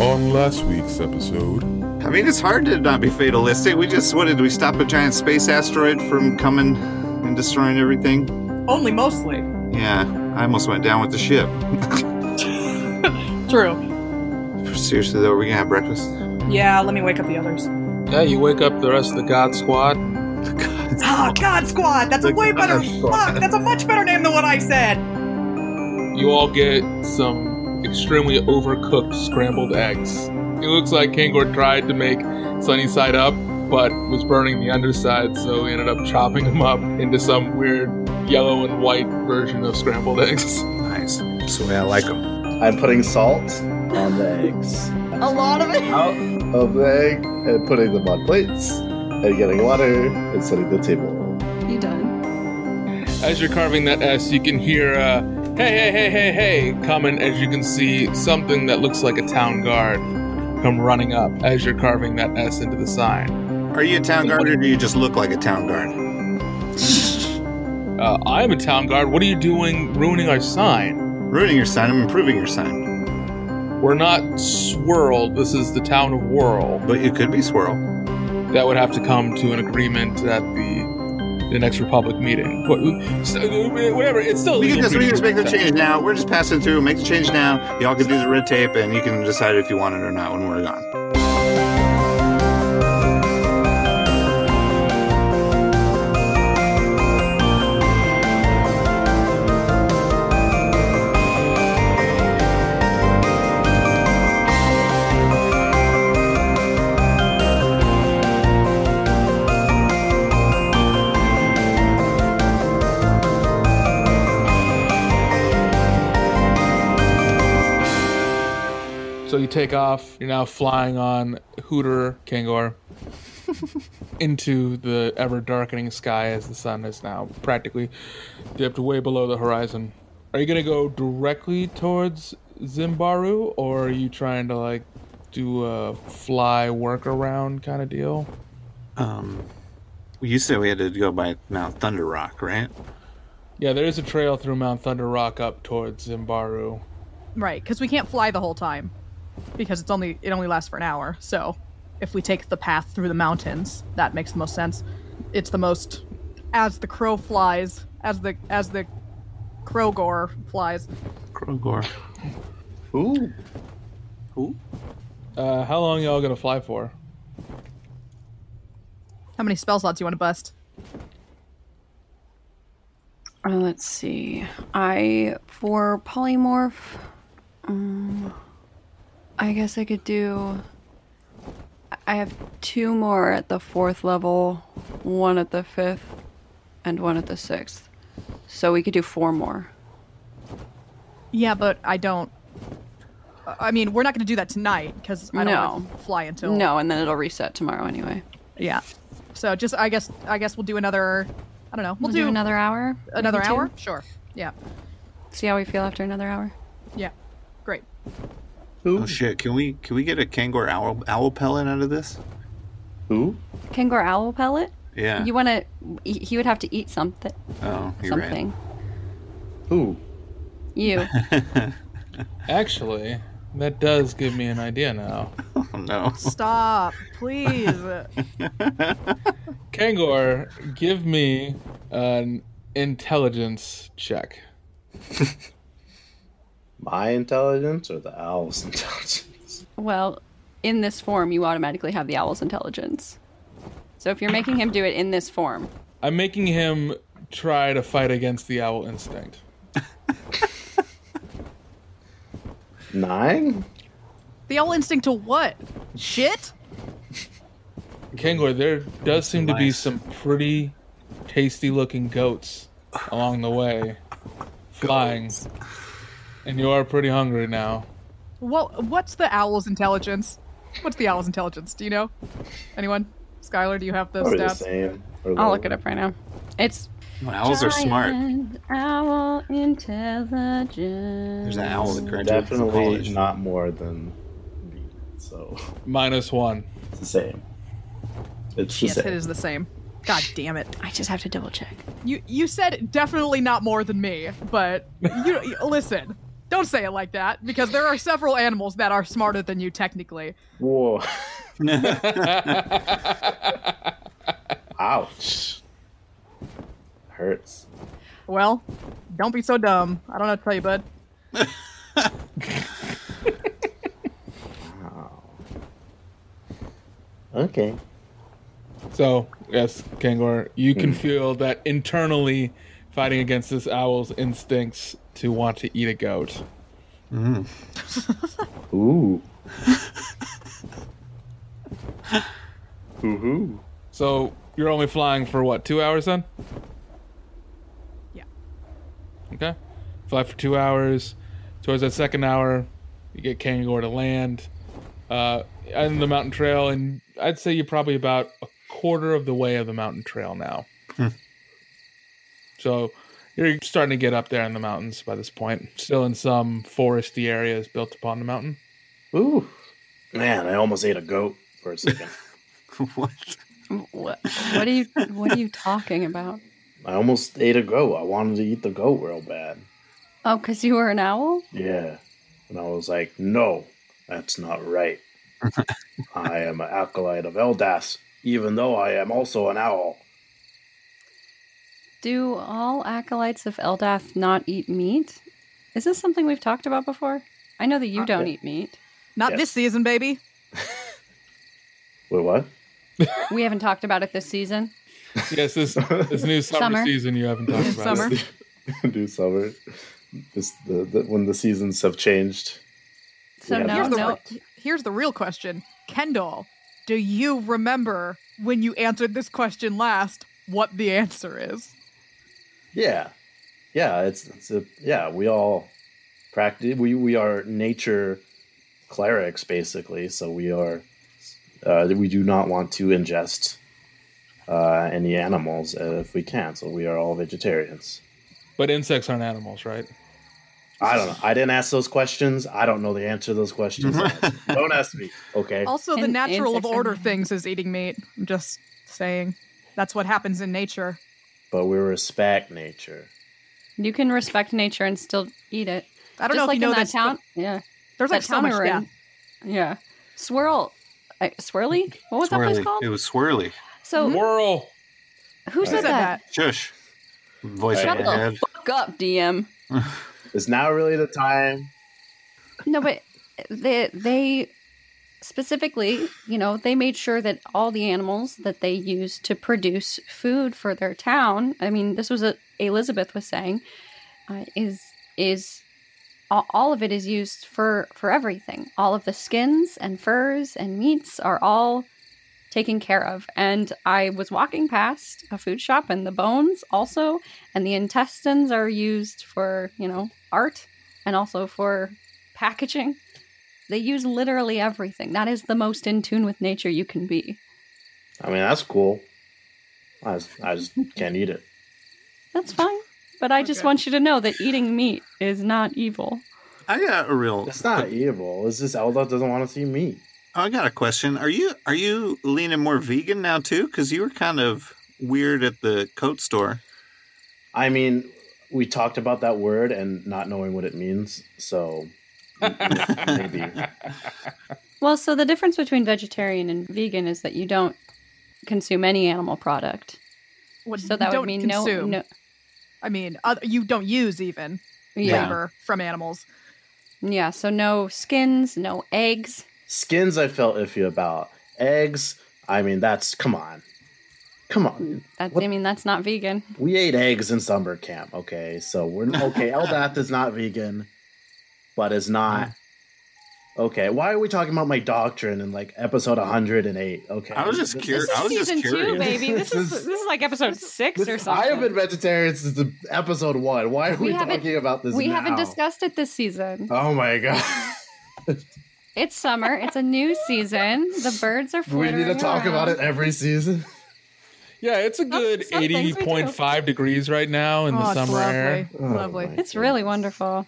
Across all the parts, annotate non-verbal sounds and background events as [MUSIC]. On last week's episode, I mean, it's hard to not be fatalistic. We just, what did we stop a giant space asteroid from coming and destroying everything? Only mostly. Yeah, I almost went down with the ship. True. Seriously, though, are we going to have breakfast? Yeah, let me wake up the others. Yeah, you wake up the rest of the God Squad. Ah, God Squad! That's a way better. Fuck! That's a much better name than what I said! You all get some extremely overcooked scrambled eggs. It looks like Kangor tried to make sunny side up, but was burning the underside, so he ended up chopping them up into some weird yellow and white version of scrambled eggs. [LAUGHS] Nice. That's the way I like them. I'm putting salt on the eggs, A lot of it. out of the egg, and putting them on plates, and getting water, and setting the table. You done? As you're carving that S, you can hear, uh, hey, hey, hey, hey, hey, coming as you can see something that looks like a town guard come running up as you're carving that S into the sign. Are you a town guard or do you just look like a town guard? Uh, I'm a town guard. What are you doing ruining our sign? Ruining your sign, I'm improving your sign. We're not swirled. This is the town of Whirl. But you could be Swirl. That would have to come to an agreement at the the next Republic meeting. What, so, whatever. It's still We legal can just, for we can you just to make the do that. change now. We're just passing through. Make the change now. Y'all can do the red tape, and you can decide if you want it or not when we're gone. So you take off. You're now flying on Hooter Kangor into the ever darkening sky as the sun is now practically dipped way below the horizon. Are you gonna go directly towards Zimbaru, or are you trying to like do a fly workaround kind of deal? You said we had to go by Mount Thunder Rock, right? Yeah, there is a trail through Mount Thunder Rock up towards Zimbaru. Right, because we can't fly the whole time. Because it's only it only lasts for an hour, so if we take the path through the mountains, that makes the most sense. It's the most as the crow flies, as the as the Krogor flies. Krogor. Ooh, Uh, how long y'all gonna fly for? How many spell slots do you want to bust? Uh, let's see. I for polymorph. Um, I guess I could do. I have two more at the fourth level, one at the fifth, and one at the sixth. So we could do four more. Yeah, but I don't. I mean, we're not going to do that tonight because I don't wanna No. fly until No, and then it'll reset tomorrow anyway. Yeah. So just I guess I guess we'll do another. I don't know. We'll We'll do, do another hour. maybe another two? hour. Sure. Yeah. See how we feel after another hour. Yeah. Great. ooh, Oh shit! Can we can we get a Kangor owl owl pellet out of this? ooh. Kangor owl pellet. Yeah. You want to? He would have to eat something. oh, you're Something. ooh. [LAUGHS] You. Actually, that does give me an idea now. right. Oh no. [LAUGHS] Stop, [LAUGHS] please. Kangor, give me an intelligence check. My intelligence or the owl's [LAUGHS] intelligence? Well, in this form, you automatically have the owl's intelligence. So if you're making him do it in this form, I'm making him try to fight against the owl instinct. Nine? the owl instinct to what? Shit. Kangor, there does seem to be Nice. some pretty tasty looking goats along the way flying. And you are pretty hungry now. Well, what's the owl's intelligence? What's the owl's intelligence? Do you know? Anyone? Skylar, do you have those Probably the stats? same. I'll look it up right now. It's Owls are smart. giant Owl intelligence. There's an owl that graduated from Definitely college. not more than B, so Minus one. it's the same. It's the Yes, it same. is the same. God damn it! I just have to double check. You you said definitely not more than me, but you listen. Don't say it like that, because there are several animals that are smarter than you technically. Whoa. [LAUGHS] Ouch. Hurts. Well, don't be so dumb. I don't know what to tell you, bud. Okay. So, yes, Kangor, you can feel that internally fighting against this owl's instincts to want to eat a goat. [LAUGHS] Ooh. Ooh. So, you're only flying for what, two hours then? Yeah. Okay. Fly for two hours. Towards that second hour, you get Kangor to land uh, on the mountain trail, and I'd say you're probably about a quarter of the way of the mountain trail now. so you're starting to get up there in the mountains by this point. Still in some foresty areas built upon the mountain. Ooh. Man, I almost ate a goat for a [LAUGHS] second. [LAUGHS] what? What, what are you? What are you talking about? I almost ate a goat. I wanted to eat the goat real bad. Oh, because you were an owl. Yeah. And I was like, no, that's not [LAUGHS] right. I am an acolyte of Eldas, even though I am also an owl. Do all acolytes of Eldath not eat meat? Is this something we've talked about before? I know that you don't eat meat. Not Yes. this season, baby. Wait, what? We haven't talked about it this season. Yes, this this new summer, Summer. season you haven't talked about. [LAUGHS] Summer. [LAUGHS] Do summer. This, the, the, when the seasons have changed. So Yeah, no, here's, the, no. here's the real question. Kendall, do you remember when you answered this question last what the answer is? Yeah, yeah. It's it's a yeah. We all practice. We we are nature clerics basically. So we are. Uh, we do not want to ingest uh, any animals uh, if we can. So we are all vegetarians. But insects aren't animals, right? I don't know. I didn't ask those questions. I don't know the answer to those questions. don't ask me. Okay. Also, the And natural of insects are order nice. things is eating meat. I'm just saying. That's what happens in nature. But we respect nature. You can respect nature and still eat it. I don't Just know if like you know in this. that town. Yeah. but There's like that so much. town we're Yeah. in. Yeah. Swirl. I, swirly? What was that place Swirly. called? It was swirly. so Mm-hmm. Whirl. who Who said said that? Shush. Voice Shut in my head. the fuck up, DM. Is now really the time? No, but they they specifically, you know, they made sure that all the animals that they used to produce food for their town. I mean, this was a Elizabeth was saying uh, is is all, all of it is used for for everything. All of the skins and furs and meats are all taken care of. And I was walking past a food shop and the bones also and the intestines are used for, you know, art and also for packaging. They use literally everything. That is the most in tune with nature you can be. I mean, that's cool. I just, I just can't eat it. That's fine. But I just Okay. want you to know that eating meat is not evil. I got a real. It's not evil. It's just Elda doesn't want to see me. I got a question. Are you are you leaning more vegan now too? Because you were kind of weird at the coat store. I mean, we talked about that word and not knowing what it means, [LAUGHS] so maybe. Well, so the difference between vegetarian and vegan is that you don't consume any animal product. What So you that don't would mean consume. no, no. I mean, oth- you don't use even Yeah. labor from animals. Yeah. So no skins, no eggs. Skins, I felt iffy about. Eggs, I mean, that's come on, come on. That, What- I mean, that's not vegan. We ate eggs in summer camp, okay? So [LAUGHS] we're okay. Eldath is not vegan, but is not. Okay, why are we talking about my doctrine in like episode 108? Okay, I was just This- curious. I was just curious. baby. This is- This is- this is like episode six This- I have been vegetarian since the episode one. Why are We we, haven't- talking about this? we haven't now? discussed it this season. Oh my god! It's summer. It's a new season. The birds are we fluttering. need to talk about it around. every season. Yeah, it's a good some things we do. 80.5 degrees right now in oh, the it's summer lovely. air. Oh Lovely. my It's really wonderful.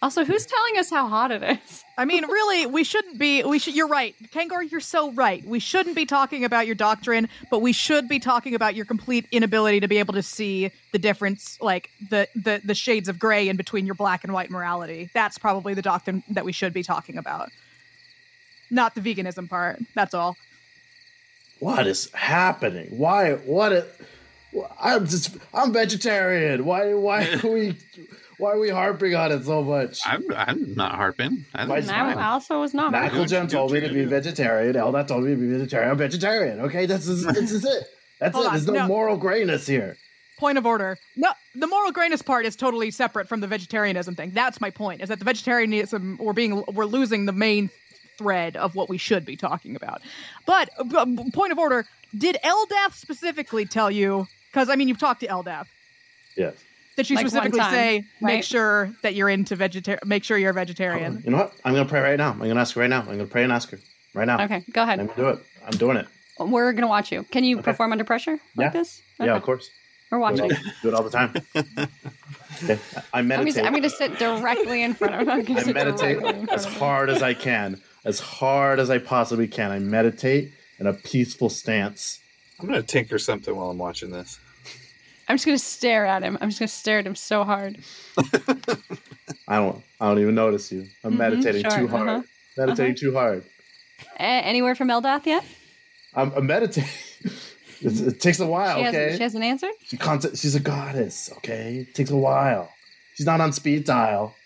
Also, who's telling us how hot it [LAUGHS] is? I mean, really, we shouldn't be. We should. You're right, Kangor. You're so right. We shouldn't be talking about your doctrine, but we should be talking about your complete inability to be able to see the difference, like the the the shades of gray in between your black and white morality. That's probably the doctrine that we should be talking about, not the veganism part. That's all. What is happening? Why? What? Is, I'm just. I'm vegetarian. Why? Why are we? Why are we harping on it so much? I'm, I'm not harping. I Why think is it's And I fine. fine. also was not. Michael Jen told me to be vegetarian. Elda told me to be vegetarian. I'm vegetarian. Okay, this is this is it. That's Hold it. on, There's no, no. moral grayness here. Point of order. No, the moral grayness part is totally separate from the vegetarianism thing. That's my point. Is that the vegetarianism we're being we're losing the main thread of what we should be talking about. But, but point of order. Did Eldaf specifically tell you? Because I mean, you've talked to Eldaf. Yes. Did she Like, one specifically time, say make right? sure that you're into vegetarian? Make sure you're a vegetarian. You know what? I'm gonna pray right now. I'm gonna ask her right now. I'm gonna pray and ask her right now. Okay, go I'm ahead. gonna do it. I'm doing it. We're gonna watch you. Can you Okay. perform under pressure Yeah. like this? Yeah, Okay. of course. We're Do it, all, watching. do it all the time. Okay. I I'm meditate. gonna, I'm gonna sit directly in front of. I'm gonna I sit meditate directly in front as of him. hard as I can, as hard as I possibly can. I meditate in a peaceful stance. I'm going to tinker something while I'm watching this. I'm just gonna stare at him. I'm just gonna stare at him so hard. I don't. I don't even notice you. I'm Mhm, meditating sure, too hard. uh-huh, Meditating too hard. A- anywhere from Eldath yet? I'm, I'm meditating. [LAUGHS] It's, it takes a while. She okay. hasn't. She hasn't answered. She concept, she's a goddess. Okay. It takes a while. She's not on speed dial.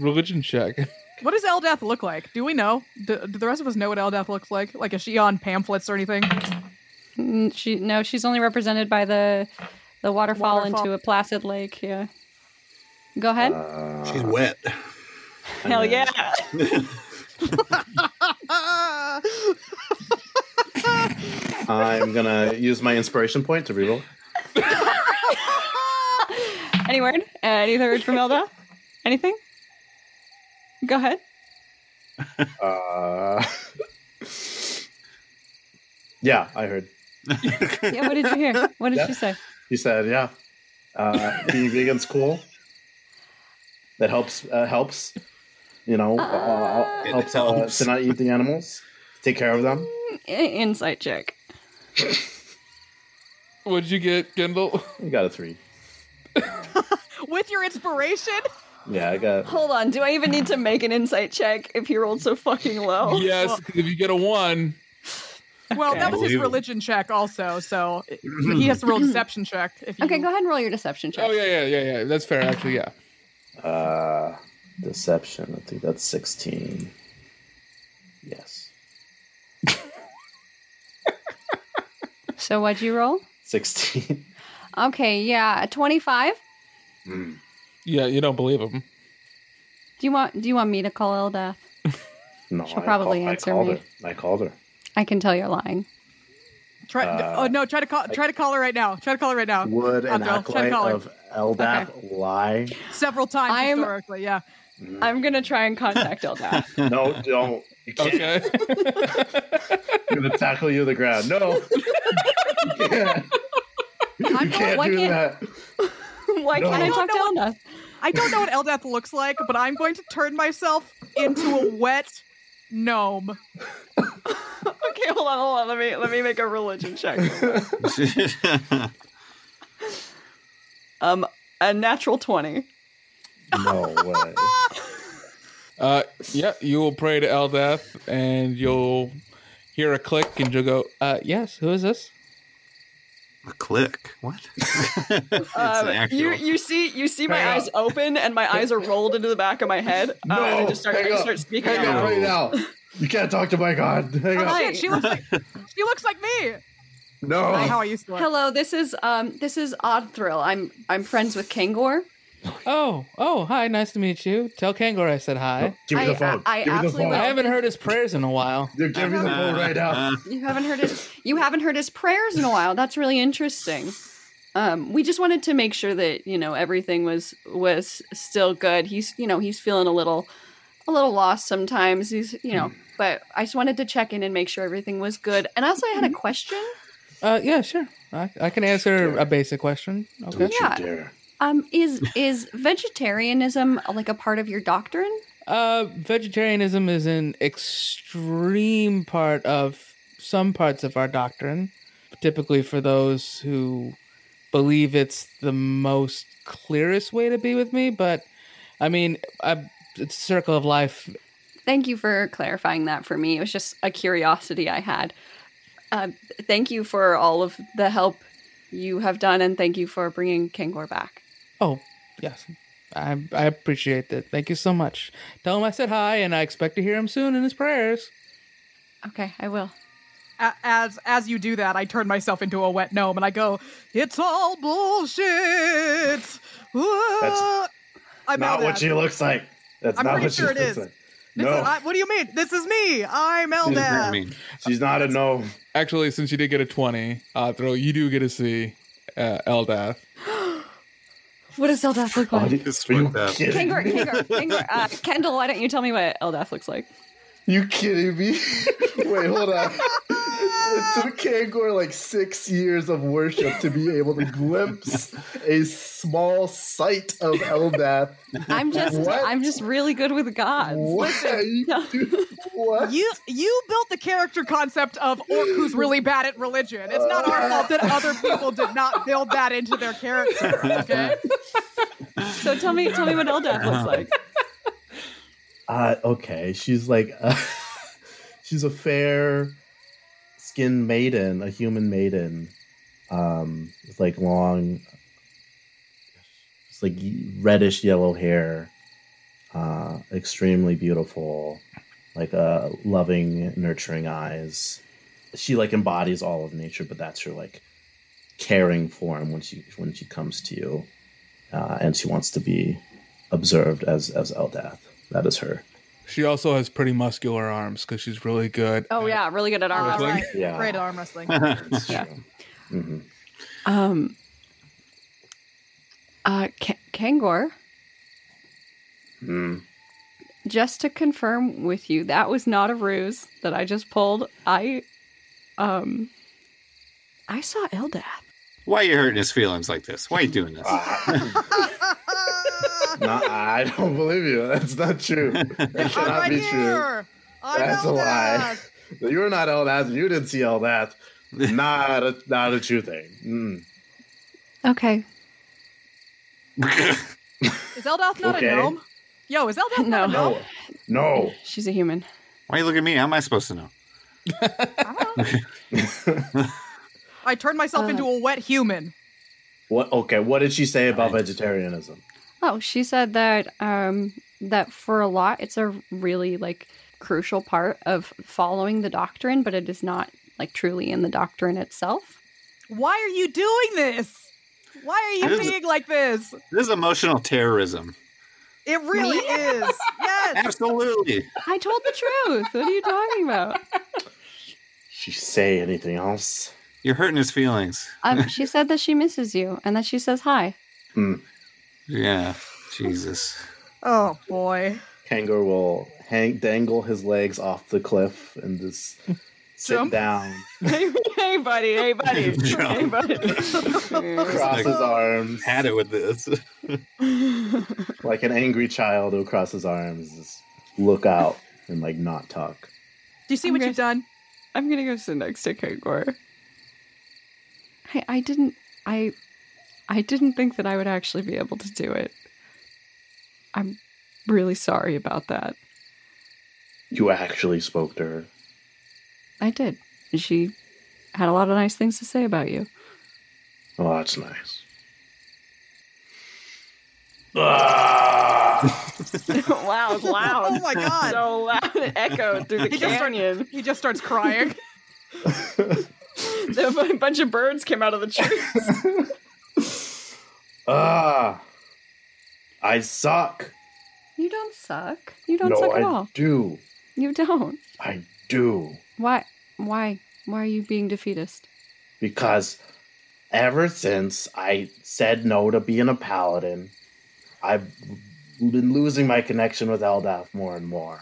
Religion check. [LAUGHS] What does Eldath look like? Do we know? Do, do the rest of us know what Eldath looks like? Like, is she on pamphlets or anything? Mm, She no. She's only represented by the the waterfall, Waterfall. into a placid lake. Yeah. Go ahead. She's wet. [LAUGHS] Hell I'm yeah. gonna- I'm gonna use my inspiration point to reroll. [LAUGHS] Any word? Uh, any word from Eldath? Anything? Go ahead. Uh, [LAUGHS] yeah, I heard. Yeah. What did you hear? What did Yeah. she say? He said, "Yeah, uh, being vegan's cool. That helps. Uh, helps. You know, uh, Uh, It helps, uh, helps. to not eat the animals, take care of them. I- Insight check. What'd you get, [LAUGHS] Kendall? I got a three. With your inspiration, Yeah, I got. Hold on. Do I even need to make an insight check if he rolled so fucking low? yes, 'cause if you get a one, well, Okay. that was his Unbelievable. religion check also. [CLEARS THROAT] So he has to roll a deception check. If you, Okay, go ahead and roll your deception check. oh yeah, yeah, yeah, yeah. That's fair, actually. Yeah. Uh, deception. I think that's sixteen. Yes, So what'd you roll? sixteen. [LAUGHS] Okay, yeah, a twenty-five. Yeah, you don't believe him. Do you want? Do you want me to call Eldath? No, She'll probably I answer called me. her. I called her. I can tell you're lying. Try, Uh, oh no, try to call. Try to call her right now. Try to call her right now. Would an Abdul, try to acolyte call her. of Eldap lie? Several times I am- historically. Yeah. I'm gonna try and contact [LAUGHS] Eldath. No, don't. [LAUGHS] You can't. [LAUGHS] Okay. I'm gonna tackle you to the ground. [LAUGHS] No. you can't, Oh, you can't why do can't- that. [LAUGHS] Why can't I No. talk to Eldath? I don't know what Eldath looks like, but I'm going to turn myself into a wet [LAUGHS] gnome. Okay, hold on, hold on. Let me let me make a religion [LAUGHS] check. Um, a natural twenty. No way. Uh, yeah, you will pray to Eldath, and you'll hear a click, and you'll go, uh, "Yes, who is this?" A click. What? [LAUGHS] it's Uh, an actual. Um, you you see you see my Hang eyes open and my eyes are rolled into the back of my head. Uh, [LAUGHS] [LAUGHS] No, and I just start I hang just up, start speaking. out Hang up loud. right now. You can't talk to my god. [LAUGHS] Hang Oh up. Hi. shit, she looks like she looks like me. Like how No. I used to look. Hello, this is um this is Odd Thrill. I'm I'm friends with Kangor. Oh, oh, hi, nice to meet you. Tell Kangor I said hi. Give me the I- phone. I- I Give me the absolutely phone. will. I haven't heard his prayers in a while. Dude, give me the phone right now. You haven't heard his you haven't heard his prayers in a while. That's really interesting. Um, we just wanted to make sure that you know everything was was still good. He's you know he's feeling a little a little lost sometimes. He's you know, Hmm. but I just wanted to check in and make sure everything was good. And also, I Hmm. had a question. Uh, yeah, sure. I, I can answer a basic question. Okay. Don't Yeah. you dare. Um, is is vegetarianism like a part of your doctrine? Uh, vegetarianism is an extreme part of some parts of our doctrine, typically for those who believe it's the most clearest way to be with me. But I mean, I, it's a circle of life. Thank you for clarifying that for me. It was just a curiosity I had. Uh, thank you for all of the help you have done, and thank you for bringing Kangor back. Oh, yes. I, I appreciate that. Thank you so much. Tell him I said hi, and I expect to hear him soon in his prayers. Okay, I will. A- as as you do that, I turn myself into a wet gnome and I go, "It's all bullshit." That's I'm not out of what that. she looks like. That's I'm not pretty what she sure it looks is. like. This no, is, I, what do you mean? This is me. I'm I Eldad. mean, she's not a no. actually, since you did get a 20, uh, throw, you do get to see uh, Eldath. What does Zelda look like? This Are you one, uh, kidding? Kangor, Kangor, Kangor. Uh, Kendall, why don't you tell me what Eldath looks like? You kidding me? Wait, hold on. It took Kangor like six years of worship to be able to glimpse a small sight of Eldath. I'm just What? I'm just really good with gods. What are you [LAUGHS] doing? What? You you built the character concept of orc who's really bad at religion. It's not our fault that other people did not build that into their character. Okay. So tell me tell me what Eldath looks like. Uh, okay, she's like, uh, [LAUGHS] she's a fair skinned maiden, a human maiden, um, with like long, it's like reddish yellow hair, uh, extremely beautiful, like uh, loving, nurturing eyes. She like embodies all of nature, but that's her like caring form when she when she comes to you, uh, and she wants to be observed as as Eldath. That is her. She also has pretty muscular arms because she's really good. Oh at- yeah, really good at arm All wrestling. right. Yeah. Great at arm wrestling. That's Yeah. true. Mhm. Um. Uh, K- Kangor, Mm. just to confirm with you, that was not a ruse that I just pulled. I, um, I saw Eldath. Why are you hurting his feelings like this? Why are you doing this? Ah. No, I don't believe you. That's not true. That I'm cannot right be here. I'm true. That's a lie. Eldad. [LAUGHS] You're not all that. You didn't see all that. Not a not a true thing. Mm. Okay. Is Eldath not Okay. a gnome? Yo, is Eldath not a No. gnome? No, no. She's a human. Why are you looking at me? How am I supposed to know? I turned myself Uh, into a wet human. What? Okay. What did she say about vegetarianism? Oh, she said that um that for a lot it's a really like crucial part of following the doctrine, but it is not like truly in the doctrine itself. Why are you doing this? Why are It you is- being like this? This is emotional terrorism. It really is. Yes. Absolutely. I told the truth. What are you talking about? She say anything else? You're hurting his feelings. Um, she said that she misses you and that she says hi. Yeah. Jesus. Oh boy. Kangor will hang dangle his legs off the cliff and just sit Jump. [LAUGHS] down, [LAUGHS] hey, hey, buddy. Hey, buddy. hey, buddy. cross his arms Had it with this. like an angry child. Will cross his arms, just look out and like not talk. Do you see what Okay. you've done? [LAUGHS] I'm gonna go sit next to Kangor. I, I didn't I I didn't think that I would actually be able to do it. I'm really sorry about that. You actually spoke to her. I did. She had a lot of nice things to say about you. Oh, that's nice. [LAUGHS] wow, it's loud. Oh my god. so loud it echoed through the He just started- canyon. He just starts crying. The- a bunch of birds came out of the [LAUGHS] tree. Ah, I suck. You don't suck. You don't no, suck I at all. do. You don't. I do. Why? Why? Why are you being defeatist? Because ever since I said no to being a paladin, I've been losing my connection with Eldath more and more.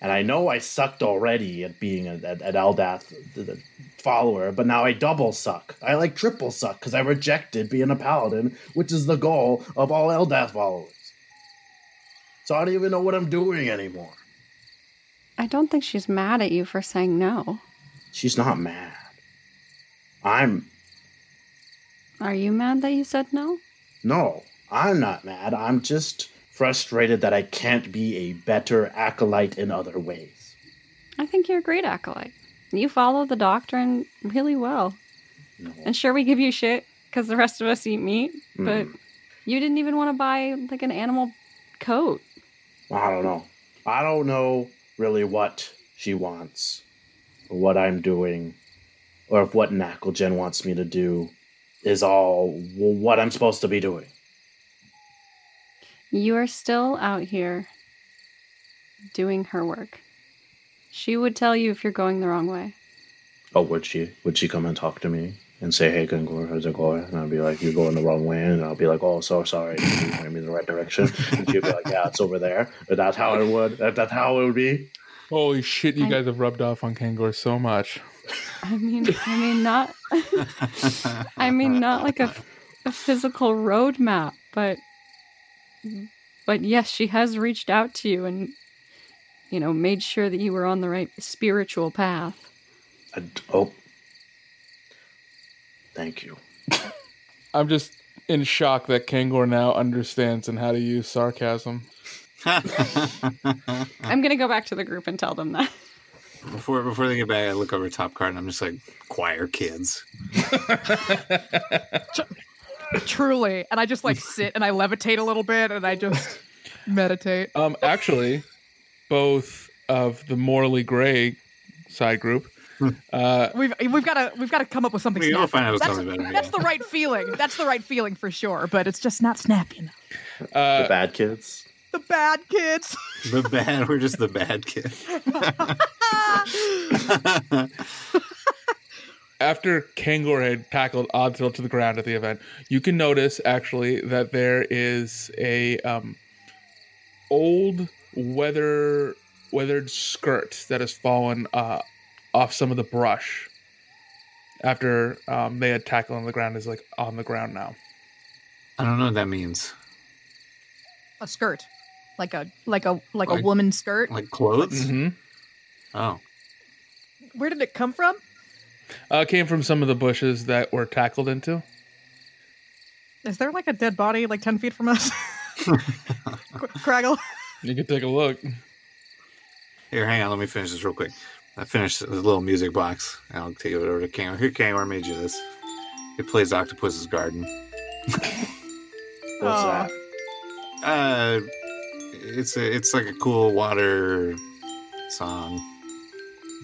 And I know I sucked already at being a, at, at Aldath the, the follower, but now I double suck. I like triple suck because I rejected being a paladin, which is the goal of all Eldath followers. So I don't even know what I'm doing anymore. I don't think she's mad at you for saying no. She's not mad. I'm Are you mad that you said no? No, I'm not mad. I'm just frustrated that I can't be a better acolyte in other ways. I think you're a great acolyte. You follow the doctrine really well. No. And sure, we give you shit because the rest of us eat meat, Mm. but you didn't even want to buy like an animal coat. I don't know. I don't know really what she wants, or what I'm doing, or if what Knucklegen wants me to do is all w- what I'm supposed to be doing. You are still out here doing her work. She would tell you if you're going the wrong way. Oh, would she? Would she come and talk to me and say, "Hey, Gungor, how's it going?" And I'd be like, "You're going the wrong way," and I'll be like, "Oh, so sorry. Can you point me in the right direction?" And she'd be like, "Yeah, it's over there." But that's how it would. That, that's how it would be. Holy shit, you I- guys have rubbed off on Kangor so much. I mean, I mean not. I mean not like a, a physical roadmap, but but yes, she has reached out to you and you know made sure that you were on the right spiritual path. I d oh, thank you. I'm just in shock that Kangor now understands and how to use sarcasm. I'm gonna go back to the group and tell them that. Before before they get back, I look over top card and I'm just like, choir kids. [LAUGHS] Truly. And I just like sit and I levitate a little bit and I just meditate. Uh, Um, actually, both of the morally gray side group, uh, We've we've got to we've got to come up with something. We gotta snappy. find out that's, something better, that's yeah. the right feeling. That's the right feeling for sure. But it's just not snappy enough. Uh, the bad kids. The bad kids. The bad, we're just the bad kids. after Kangor had tackled Oddsville to the ground at the event, you can notice actually that there is a um, old weather weathered skirt that has fallen uh, off some of the brush after um, they had tackled on the ground is like on the ground now. I don't know what that means. [LAUGHS] A skirt, like a like a like a Like- woman skirt. Like clothes? Mm-hmm. Oh. Where did it come from? Uh, came from some of the bushes that were tackled into. Is there like a dead body like ten feet from us? [LAUGHS] Qu- Craggle. You can take a look. Here, hang on, let me finish this real quick. I finished the little music box and I'll take it over to Kangor. Here, Kangor made you this. It plays Octopus's Garden. What's Aw. that? Uh, it's a, it's like a cool water song.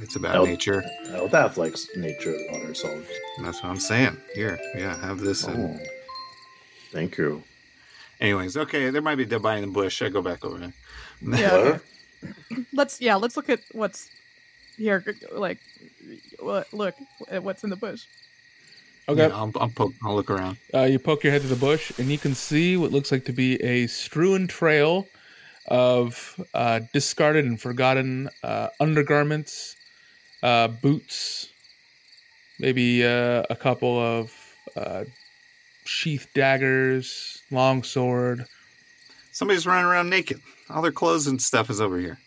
It's about Oh. nature. Oh, that likes nature and water songs. And that's what I'm saying. Here, yeah, have this. And... Oh. Thank you. Anyways, okay, there might be dead body in the bush. I go back over there. Yeah. What? Let's yeah. Let's look at what's here. Like, what- look at what's in the bush. Okay. Yeah, I'll, I'll poke. I'll look around. Uh, you poke your head through the bush, and you can see what looks like to be a strewn trail of uh, discarded and forgotten uh, undergarments, uh, boots, maybe uh, a couple of uh, sheath daggers, long sword. Somebody's running around naked. All their clothes and stuff is over here.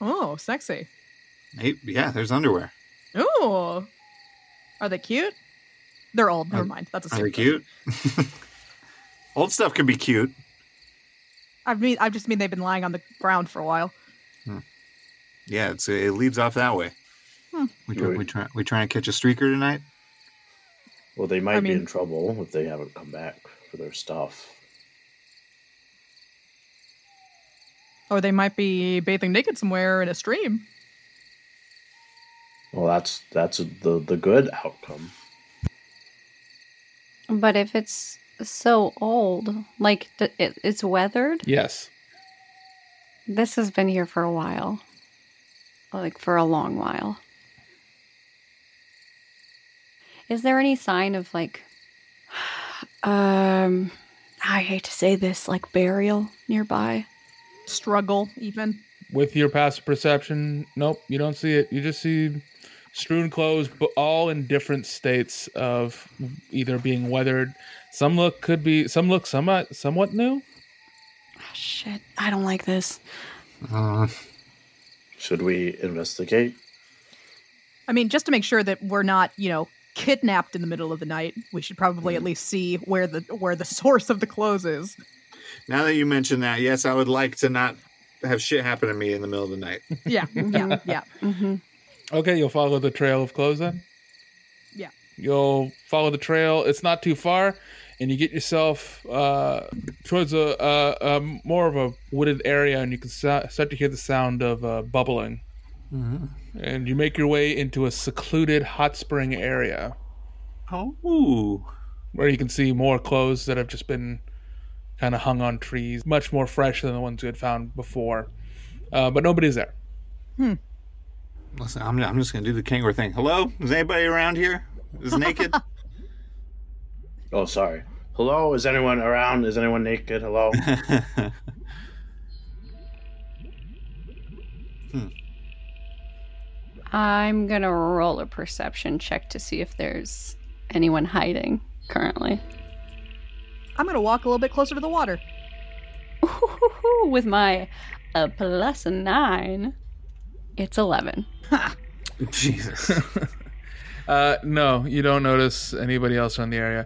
Oh, sexy. Hey, yeah, there's underwear. Ooh. Are they cute? They're old. Never Are- mind. That's a Are they stupid- cute? [LAUGHS] Old stuff can be cute. I mean, I just mean they've been lying on the ground for a while. Yeah, it's it leads off that way. Hmm. We, try, we try we trying to catch a streaker tonight. Well, they might I be mean- in trouble if they haven't come back for their stuff. Or they might be bathing naked somewhere in a stream. Well, that's that's the the good outcome. But if it's so old, like th- it, it's weathered, Yes. this has been here for a while, like for a long while. Is there any sign of like, [SIGHS] um, I hate to say this, like burial nearby? Struggle, even. with your passive perception, nope, you don't see it. You just see strewn clothes, but all in different states of either being weathered. Some look could be some look somewhat somewhat new. Ah, Shit, I don't like this. Should we investigate? I mean, just to make sure that we're not, you know, kidnapped in the middle of the night, we should probably at least see where the where the [LAUGHS] source of the clothes is. Now that you mention that, yes, I would like to not have shit happen to me in the middle of the night. Yeah, yeah, [LAUGHS] yeah. Okay, you'll follow the trail of clothes then? Yeah. You'll follow the trail. It's not too far, and you get yourself uh, towards a, a, a more of a wooded area, and you can sa- start to hear the sound of uh, bubbling. And you make your way into a secluded hot spring area Oh, where you can see more clothes that have just been kind of hung on trees, much more fresh than the ones you had found before. Uh, but nobody's there. listen, I'm, I'm just gonna do the kangaroo thing. Hello, is anybody around here? Is [LAUGHS] naked? Oh, sorry. Hello, is anyone around? Is anyone naked? Hello. I'm gonna roll a perception check to see if there's anyone hiding [LAUGHS] currently. I'm gonna walk a little bit closer to the water. Ooh, with my uh, a plus nine, it's eleven. Jesus. [LAUGHS] Uh, no, you don't notice anybody else on the area.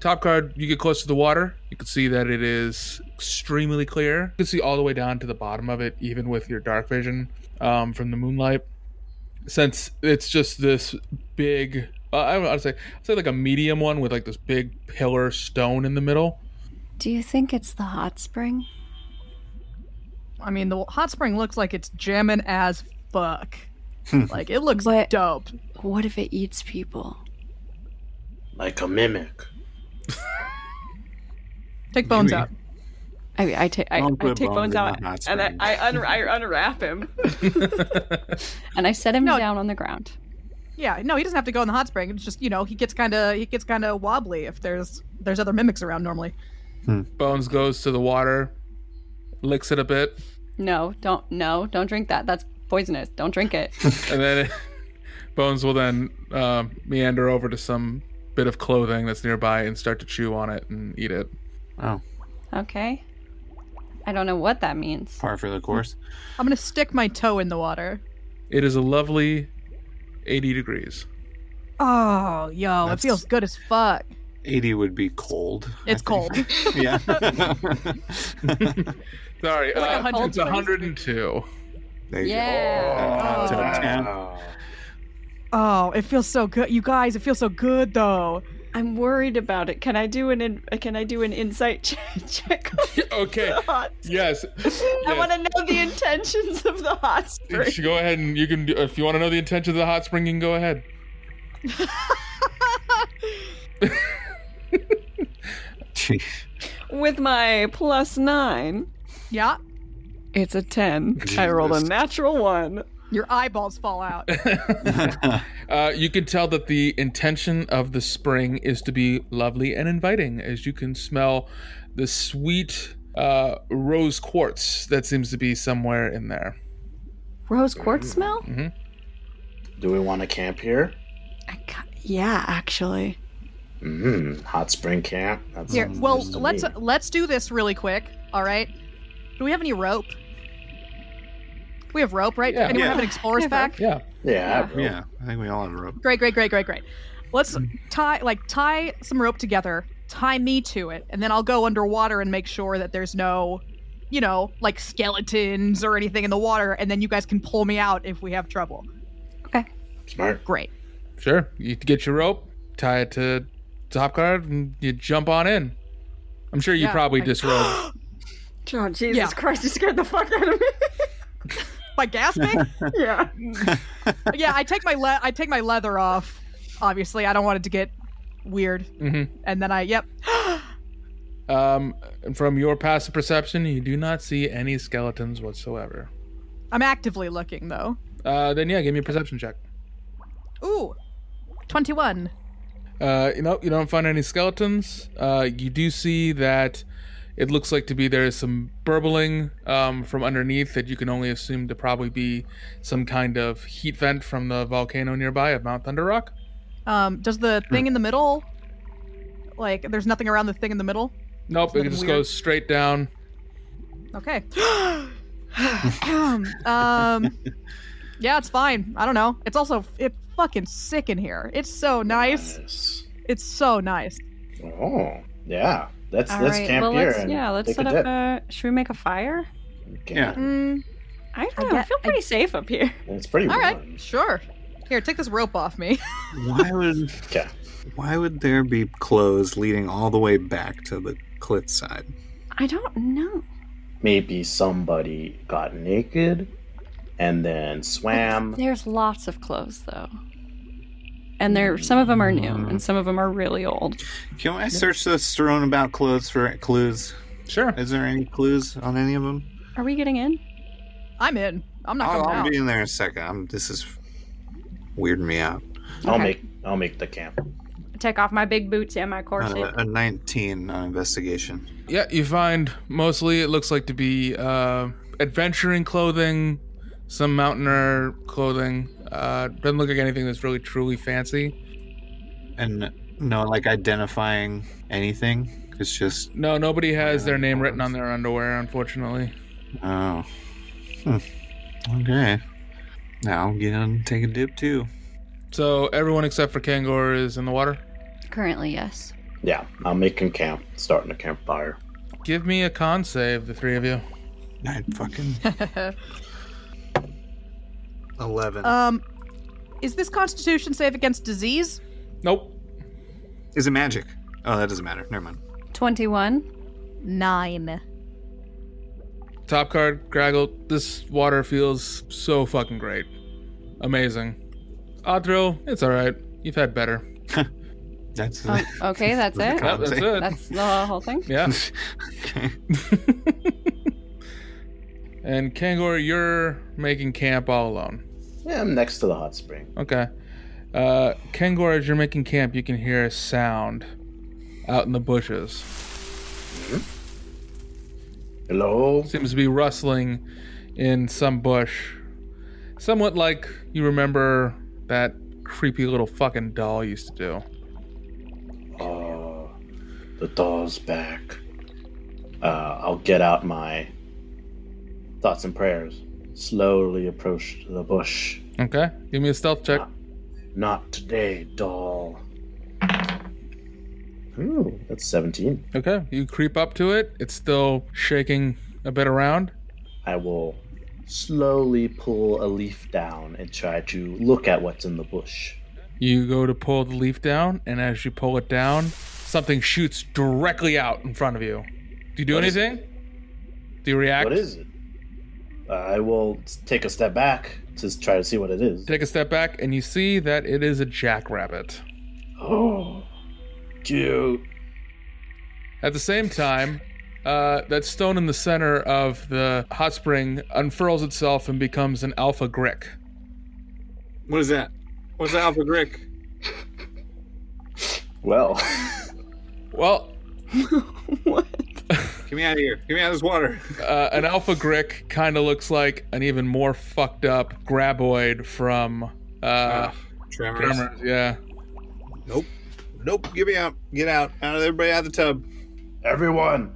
Top card, you get close to the water. You can see that it is extremely clear. You can see all the way down to the bottom of it, even with your dark vision um, from the moonlight. Since it's just this big, uh, I would I'd say, I'd say like a medium one with like this big pillar stone in the middle. Do you think it's the hot spring? I mean, the hot spring looks like it's jamming as fuck. Hmm. like it looks But- dope. What if it eats people? like a mimic. Take bones out. I I, ta- I, Don't I put take bones bones in out my hot and I, spring. I, un- I unwrap him and I set him No. down on the ground. Yeah, no, he doesn't have to go in the hot spring. It's just you know he gets kind of he gets kind of wobbly if there's there's other mimics around normally. Bones goes to the water, licks it a bit, No, don't no, don't drink that. That's poisonous. Don't drink it. and then [LAUGHS] Bones will then uh, meander over to some bit of clothing that's nearby and start to chew on it and eat it. Oh, okay. I don't know what that means. Par for the course. I'm gonna stick my toe in the water. It is a lovely 80 degrees. Oh, yo, it feels good as fuck. 80 would be cold. It's cold. [LAUGHS] [LAUGHS] Yeah. Sorry, Like a uh, cold it's spring. 102. There you go. Yeah. Oh. Uh, to Ah. the tent. [LAUGHS] oh, it feels so good, you guys. It feels so good though. I'm worried about it. Can I do an in- uh, can I do an insight [LAUGHS] check? check on [LAUGHS] the Okay. hot- Yes. I Yes. want to know the intentions of the [LAUGHS] hot You spring. should go ahead and you can, do, if you want to know the intentions of the hot spring, you can go ahead. Jeez. With my plus nine, Yeah, it's a ten. I rolled a Jesus. natural one. your eyeballs fall [LAUGHS] out. Uh, you can tell that the intention of the spring is to be lovely and inviting, as you can smell the sweet uh, rose quartz that seems to be somewhere in there. Rose quartz smell? Do we want to camp here? I ca- yeah, actually. Mm, hot spring camp. That's Here, well, sounds nice to let's me. let's do this really quick. All right. Do we have any rope? We have rope, right? Yeah. Anyone Yeah. have an explorer's pack? Yeah. yeah, bro. Yeah, I think we all have rope. Great, great, great, great, great. Let's tie like tie some rope together, tie me to it, and then I'll go underwater and make sure that there's no, you know, like skeletons or anything in the water, and then you guys can pull me out if we have trouble. smart. Great. Sure. You get your rope, tie it to top guard, and you jump on in. I'm sure you Yeah, probably I- disrobe. [GASPS] Oh, Jesus Yeah. Christ, you scared the fuck out of [LAUGHS] me. By gasping? yeah. yeah, I take my le- I take my leather off. Obviously, I don't want it to get weird. Mhm. And then I yep. Um, from your passive perception, you do not see any skeletons whatsoever. I'm actively looking though. Uh, then yeah, give me a perception check. Ooh. 21. Uh, you know, you don't find any skeletons. Uh, you do see that It looks like to be there is some burbling um, from underneath that you can only assume to probably be some kind of heat vent from the volcano nearby of Mount Thunder Rock. Um, does the thing in the middle, like, there's nothing around the thing in the middle? Nope, it Something just weird. goes straight down. Okay. um, yeah, it's fine. I don't know. It's also it fucking sick in here. It's so nice. Yes. It's so nice. Oh, yeah. That's All that's right, camp well, here. let's, and yeah, let's take set a up dip. a. Should we make a fire? Camp. Mm, I don't know. I get- feel pretty safe up here. And It's pretty all warm. right, sure. Here, take this rope off me. [LAUGHS] Why would Okay. why would there be clothes leading all the way back to the cliff side? I don't know. Maybe somebody got naked and [LAUGHS] then swam. There's lots of clothes though. And there some of them are new and some of them are really old. Can I search the strewn about clothes for clues? Sure. Is there any clues on any of them? Are we getting in? I'm in. I'm not I'll, coming I'll out. be in there in a second. I'm, this is weirding me out. I'll Okay. make I'll make the camp. Take off my big boots and my corset. Uh, a 19 on investigation. Yeah, you find mostly it looks like to be uh, adventuring clothing, some mountaineer clothing. Uh, doesn't look like anything that's really truly fancy. And no, like identifying anything. It's just No, nobody has their name written on their underwear, unfortunately. Oh. Hmm. Okay. Now I'll get on and take a dip too. So everyone except for Kangor is in the water. Currently, yes. Yeah, I'm making camp, starting a campfire. Give me a con save, the three of you. Nine fucking eleven. um, is this Constitution safe against disease? Nope. Is it magic? Oh, that doesn't matter. Never mind. 21. Nine. Top card, Graggle. This water feels so fucking great. Amazing. Odril, it's alright. You've had better. That's Oh, okay, that's it. Yep, that's it. That's the whole thing. [LAUGHS] yeah. [LAUGHS] okay. And Kangor, you're making camp all alone. Yeah, I'm next to the hot spring. Okay. Uh, Kangor, as you're making camp, you can hear a sound out in the bushes. Hello. Seems to be rustling in some bush. Somewhat like you remember that creepy little fucking doll used to do. Oh, the doll's back. Uh, I'll get out my thoughts and prayers. Slowly approach the bush. Okay? Give me a stealth check. Not today, doll. Ooh, that's 17. Okay. You creep up to it. It's still shaking a bit around. I will slowly pull a leaf down and try to look at what's in the bush. You go to pull the leaf down, and as you pull it down, something shoots directly out in front of you. Do you do What is- anything? Do you react? What is it? I will s- take a step back to try to see what it is. Take a step back, and you see that it is a jackrabbit. Oh, cute. At the same time, uh, that stone in the center of the hot spring unfurls itself and becomes an alpha grick. What is that? What's the Alpha Grick? Well, [LAUGHS] Well, Get me out of here. Get me out of this water. uh, an alpha grick kind of looks like an even more fucked up graboid from uh, Tremors. Tremors. Yeah. Nope. Nope. Get me out. Get out. Out of everybody out of the tub. everyone,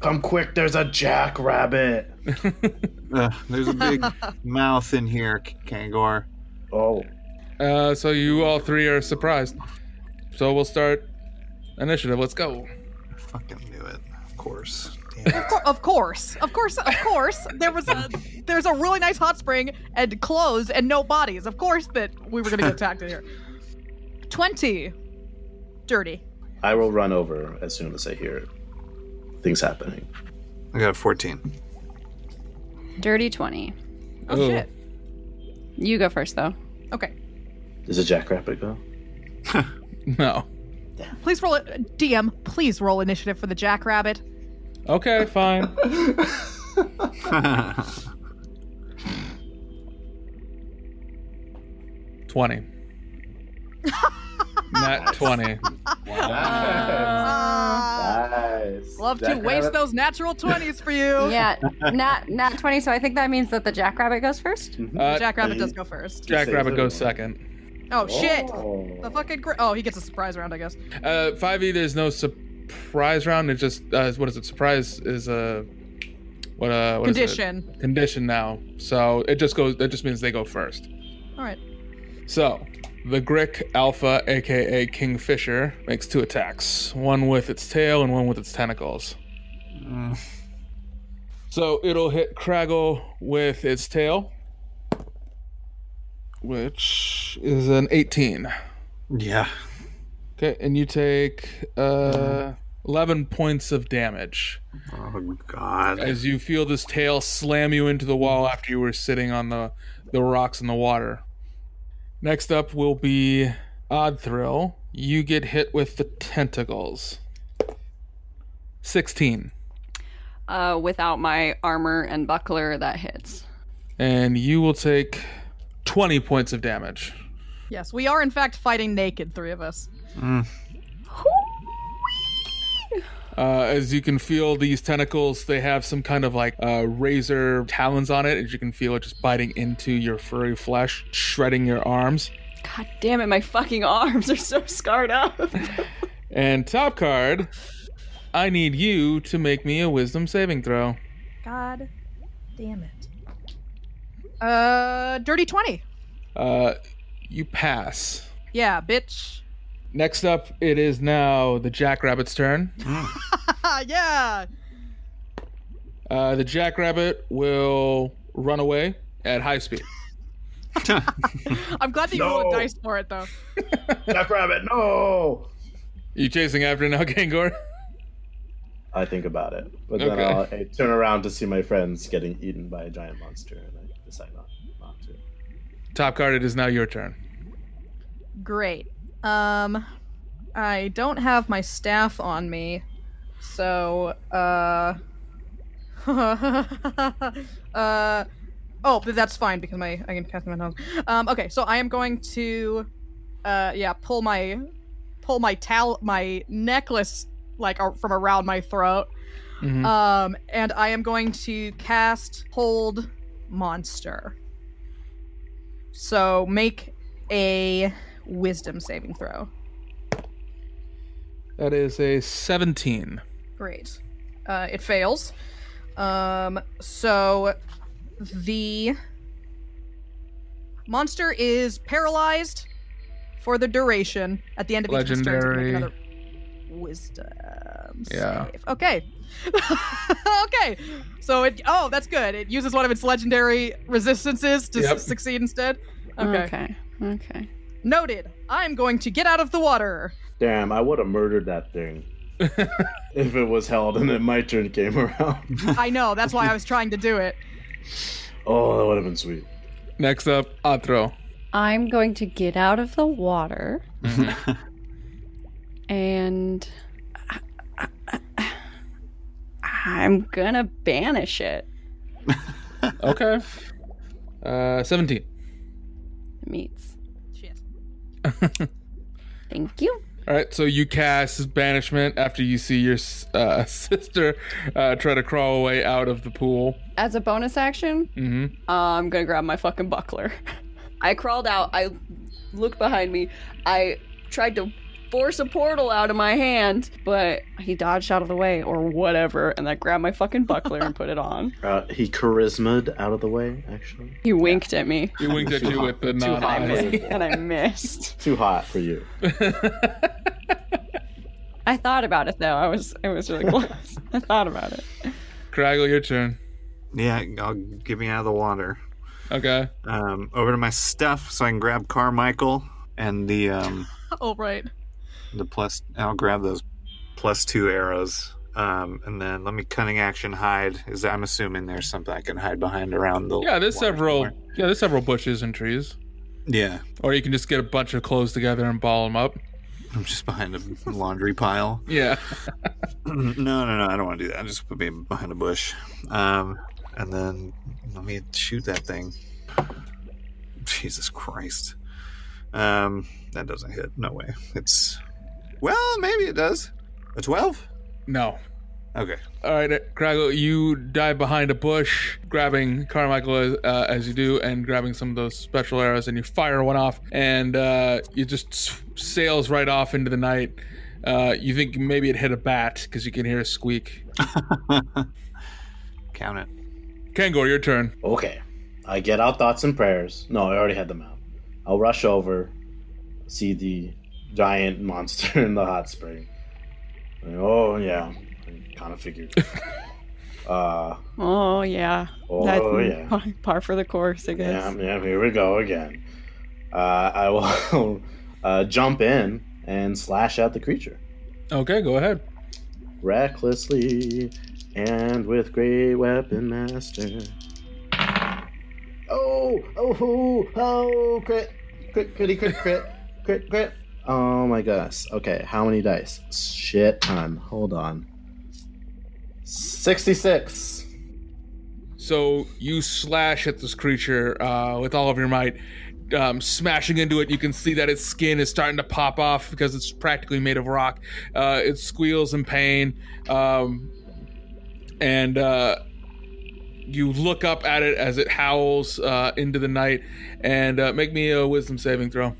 come quick! There's a jackrabbit. Uh, there's a big mouth in here, K- Kangor. Oh, Uh, so you all three are surprised. So we'll start initiative. Let's go. Fucking knew it. Of course. Damn it. Co- Of course, of course, of course. There was a there's a really nice hot spring and clothes and no bodies. Of course that we were gonna get attacked in here. Twenty. Dirty. I will run over as soon as I hear things happening. I got a 14. Dirty 20. Oh Ooh. shit. You go first though. Okay. Does a jackrabbit go? [LAUGHS] No. Please roll it. DM, please roll initiative for the jackrabbit. Okay, [LAUGHS] fine. [LAUGHS] Twenty. Not twenty. Nice. Uh, Ah. nice. Love to Jackrabbit? waste those natural 20s for [LAUGHS] you. Yeah, not not twenty. So I think that means that the jackrabbit goes first. Uh, Jackrabbit does go first. Jackrabbit goes second. Oh, shit. Oh. The fucking. Gr- oh, he gets a surprise round, I guess. Uh, 5e, there's no surprise round. It's just, uh, what is it? Surprise is a. What, uh, what is it? Condition. Condition now. So it just goes, that just means they go first. All right. So, the Grick Alpha, aka Kingfisher, makes two attacks one with its tail and one with its tentacles. So, it'll hit Craggle with its tail, which is an 18. [LAUGHS] Yeah. Okay, and you take uh, 11 points of damage Oh God. as you feel this tail slam you into the wall after you were sitting on the, the rocks in the water. Next up will be Odd Thrill. You get hit with the tentacles. 16. Uh, without my armor and buckler, that hits. And you will take 20 points of damage. Yes, we are in fact fighting naked, three of us. Uh, as you can feel these tentacles, they have some kind of like uh, razor talons on it. As you can feel it just biting into your furry flesh, shredding your arms. God damn it, my fucking arms are so scarred [LAUGHS] up. And top card, I need you to make me a wisdom saving throw. God damn it. Uh, dirty 20. Uh, you pass. Yeah, bitch. Next up, it is now the Jackrabbit's turn. Ah, yeah. Uh, the Jackrabbit will run away at high speed. I'm glad that you rolled a dice for it, though. Jackrabbit, no! You chasing after now, [LAUGHS] Kangor? I think about it, but then Okay. I'll, I turn around to see my friends getting eaten by a giant monster, and I decide not not to. Top card, it is now your turn. Great. Um, I don't have my staff on me, so uh, [LAUGHS] uh, oh, but that's fine because my I can cast my nose. Um, okay, so I am going to, uh, yeah, pull my, pull my towel, my necklace like ar- from around my throat, Mhm. um, and I am going to cast hold monster. So make a wisdom saving throw. That is a 17. Great. Uh, it fails. Um, so the monster is paralyzed for the duration. At the end of each turn, it can make Legendary. another wisdom Yeah. save. Okay. [LAUGHS] okay. So it. Oh, that's good. It uses one of its legendary resistances to Yep. s- succeed instead. Okay. okay. Okay. Noted. I'm going to get out of the water. Damn, I would have murdered that thing if it was held, and then my turn came [LAUGHS] around. I know. That's why I was trying to do it. Oh, that would have been sweet. Next up, Atro. I'm going to get out of the water. and I'm gonna banish it. Okay. Uh, 17. Meets. Shit. Thank you. All right, so you cast banishment after you see your uh, [LAUGHS] sister uh, try to crawl away out of the pool. As a bonus action, hmm I'm gonna grab my fucking buckler. [LAUGHS] I crawled out. I looked behind me. I tried to force a portal out of my hand, but he dodged out of the way or whatever, and I grabbed my fucking buckler and put it on. Uh, he charisma'd out of the way, actually. He winked at me, He winked [LAUGHS] at you with the nod. eyes. and I missed. Too hot for you. I thought about it though. I was I was really close. [LAUGHS] I thought about it. Craggle, your turn. [LAUGHS] Yeah. I'll get me out of the water. Okay. Um, over to my stuff so I can grab Carmichael and the um Oh right. the plus. I'll grab those plus two arrows. Um, and then let me cunning action hide. Is I'm assuming there's something I can hide behind around the. Yeah, there's water several. somewhere. Yeah, there's several bushes and trees, Yeah, or you can just get a bunch of clothes together and ball them up. I'm just behind a laundry pile. [CLEARS THROAT] Yeah. [LAUGHS] no, no, no. I don't want to do that. I'm just be behind a bush. Um, and then let me shoot that thing. Jesus Christ. Um, that doesn't hit. No way. It's well, maybe it does. A twelve. No. Okay. All right, Craggle, you dive behind a bush, grabbing Carmichael as, uh, as you do, and grabbing some of those special arrows, and you fire one off, and uh, it just s- sails right off into the night. Uh, you think maybe it hit a bat because you can hear a squeak. Count it. Kangor, your turn. Okay. I get out thoughts and prayers. No, I already had them out. I'll rush over, see the giant [LAUGHS] monster in the hot spring. And, oh, yeah. I kind of figured. uh, Oh yeah. Oh, yeah. [LAUGHS] par- par for the course, I guess. yeah, yeah, here we go again. Uh, I will [LAUGHS] uh, jump in and slash at the creature. Okay, go ahead. recklessly and with great weapon master. Oh, oh, oh, oh, crit, crit, critty, crit, crit, crit, crit. Oh my gosh. Okay, how many dice? Shit ton. Hold on. 66. So you slash at this creature uh, with all of your might, um, smashing into it. You can see that its skin is starting to pop off because it's practically made of rock. Uh, it squeals in pain, um, and uh, you look up at it as it howls uh, into the night. And uh, make me a wisdom saving throw.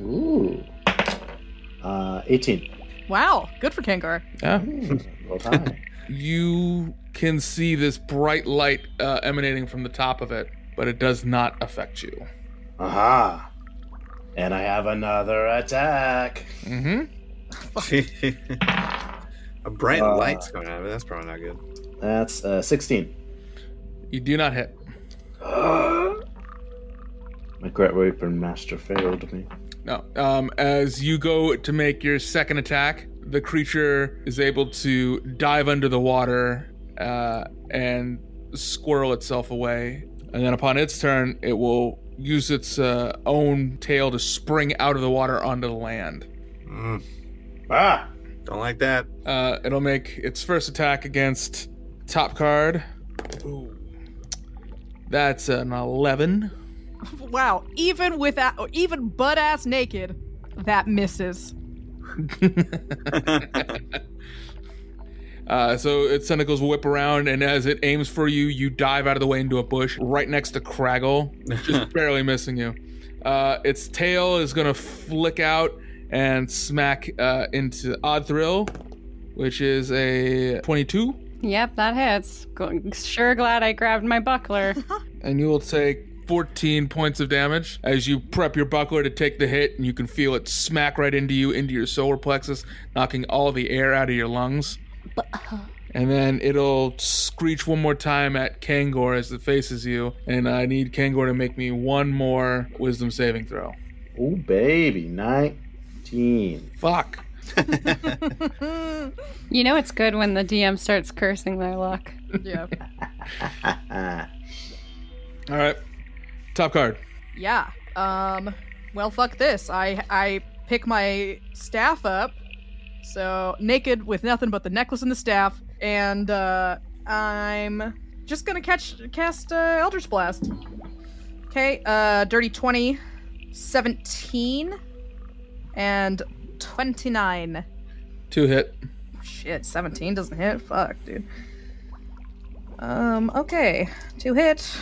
Ooh. Uh, 18. Wow, good for Kangar. Yeah. [LAUGHS] Roll high. You can see this bright light uh, emanating from the top of it, but it does not affect you. Aha. And I have another attack. Mm-hmm. [LAUGHS] a bright Uh, light's going out of it. That's probably not good. That's uh, 16. You do not hit. My great weapon Uh. master failed me. No. Um, as you go to make your second attack, the creature is able to dive under the water uh, and squirrel itself away. And then upon its turn, it will use its uh, own tail to spring out of the water onto the land. Mm, Ah! don't like that. Uh, it'll make its first attack against top card. Ooh. That's an 11. Wow, even without, or even butt ass naked, that misses. Uh, so its tentacles whip around, and as it aims for you, you dive out of the way into a bush right next to Craggle, just barely missing you. Uh, its tail is gonna flick out and smack uh, into Odd Thrill, which is a 22, Yep, that hits. Go- Sure glad I grabbed my buckler. and you will take 14 points of damage as you prep your buckler to take the hit, and you can feel it smack right into you, into your solar plexus, knocking all the air out of your lungs. And then it'll screech one more time at Kangor as it faces you. And I need Kangor to make me one more wisdom saving throw. Oh baby, nineteen. Fuck. you know it's good when the DM starts cursing their luck. Yeah. Ah, All right. Top card. Yeah. Um. Well, fuck this. I I pick my staff up, so naked with nothing but the necklace and the staff, and uh, I'm just gonna catch cast uh, Eldritch Blast. Okay. Uh, dirty 20, 17, and twenty nine. Two hit. Shit, 17 doesn't hit. Fuck, dude. Um, okay. Two hit.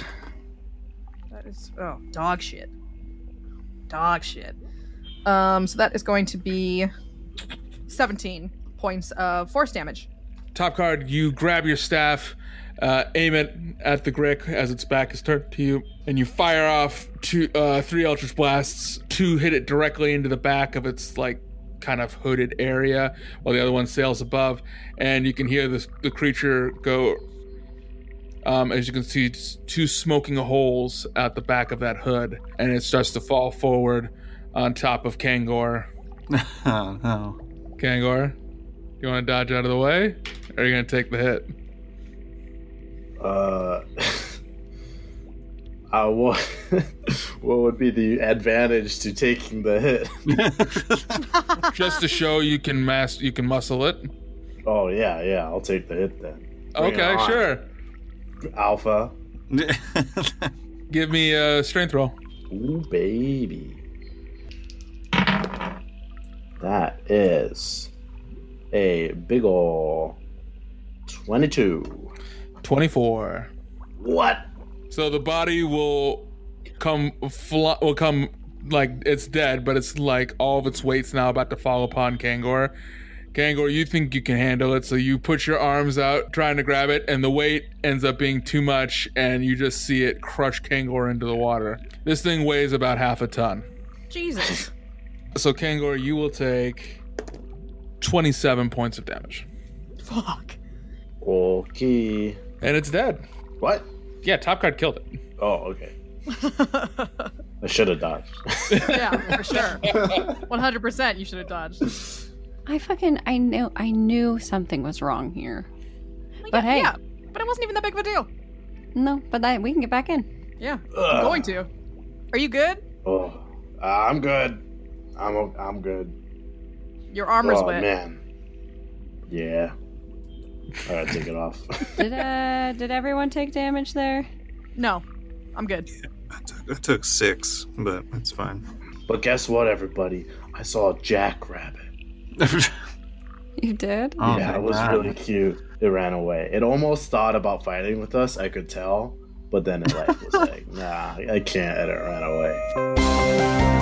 That is oh, dog shit. Dog shit. Um, so that is going to be 17 points of force damage. Top card, you grab your staff, uh, aim it at the Grick as its back is turned to you, and you fire off two, uh, three Eldritch Blasts. Two hit it directly into the back of its, like, kind of hooded area, while the other one sails above. And you can hear this, the creature go, um, as you can see, s- two smoking holes at the back of that hood, and it starts to fall forward on top of Kangor. oh [LAUGHS] no. Kangor, you want to dodge out of the way, or are you going to take the hit? uh, [LAUGHS] uh, what, [LAUGHS] what would be the advantage to taking the hit? [LAUGHS] just to show you can mass you can muscle it. Oh yeah, yeah, I'll take the hit then. Bring it okay, on. sure. Alpha. Give me a strength roll. Ooh baby. That is a big ol' 22. 24. What? So the body will come fly, will come like it's dead, but it's like all of its weight's now about to fall upon Kangor. Kangor, you think you can handle it, so you put your arms out trying to grab it, and the weight ends up being too much, and you just see it crush Kangor into the water. This thing weighs about half a ton. Jesus. So Kangor, you will take twenty-seven points of damage, Fuck. Okay. and it's dead. What? Yeah, Top Card killed it. [LAUGHS] Oh, okay. I should have dodged. yeah, for sure. 100% you should have dodged. I fucking I knew I knew something was wrong here. Well, But yeah, hey. yeah, but it wasn't even that big of a deal. No, but I, we can get back in. Yeah, I'm Ugh. going to. Are you good? Oh, uh, I'm good. I'm o- I'm good. Your armor's oh wet. man. Yeah. All right, take it off. [LAUGHS] Did uh [LAUGHS] did everyone take damage there? No, I'm good. I took, I took six, but it's fine. but guess what, everybody? I saw a jackrabbit. You did? Oh yeah, my it was God. really cute. It ran away. It almost thought about fighting with us. I could tell, but then it [LAUGHS] like was like, nah, I can't. And it ran away.